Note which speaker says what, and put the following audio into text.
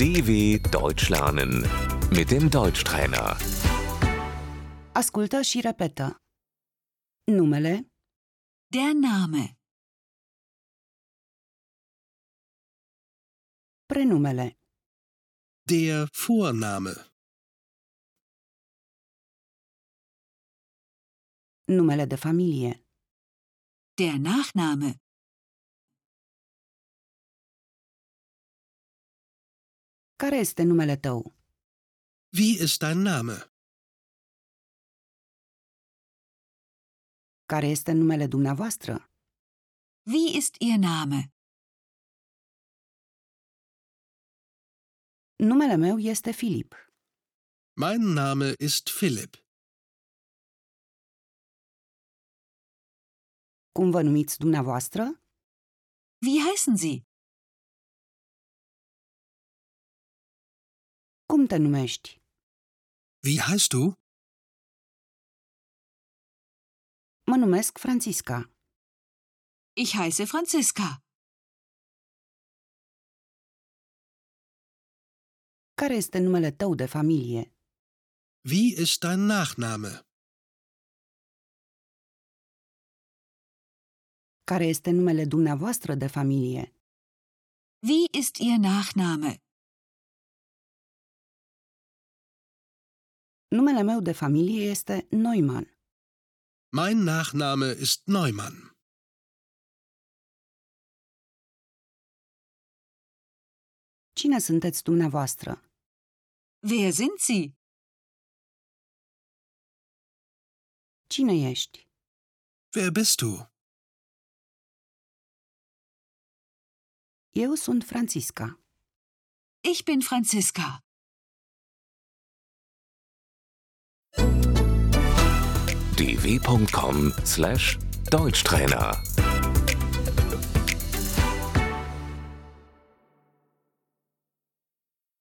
Speaker 1: DW Deutsch lernen mit dem Deutschtrainer.
Speaker 2: Ascultă și repetă. Numele,
Speaker 3: Der Name,
Speaker 2: prenumele,
Speaker 4: Der Vorname.
Speaker 2: numele de familie,
Speaker 3: der Nachname,
Speaker 2: care este numele tău,
Speaker 4: Wie ist dein Name?
Speaker 2: care este numele dumneavoastră,
Speaker 3: wie ist Ihr Name?
Speaker 2: numele meu este Filip,
Speaker 4: Mein Name ist Philipp.
Speaker 2: cum vă numiți dumneavoastră,
Speaker 3: Wie heißen Sie?
Speaker 2: cum te numești,
Speaker 4: Wie heißt du?
Speaker 2: mă numesc Francisca,
Speaker 3: Ich heiße Franziska.
Speaker 2: care este numele tău de familie,
Speaker 4: Wie ist dein Nachname?
Speaker 2: care este numele dumneavoastră de familie,
Speaker 3: Wie ist Ihr Nachname?
Speaker 2: numele meu de familie este Neumann,
Speaker 4: Mein Nachname ist Neumann.
Speaker 2: cine sunteți dumneavoastră,
Speaker 3: Wer sind Sie?
Speaker 2: cine ești,
Speaker 4: Wer bist du?
Speaker 2: eu sunt Francisca.
Speaker 3: Ich bin Franziska.
Speaker 1: dw.com/deutschtrainer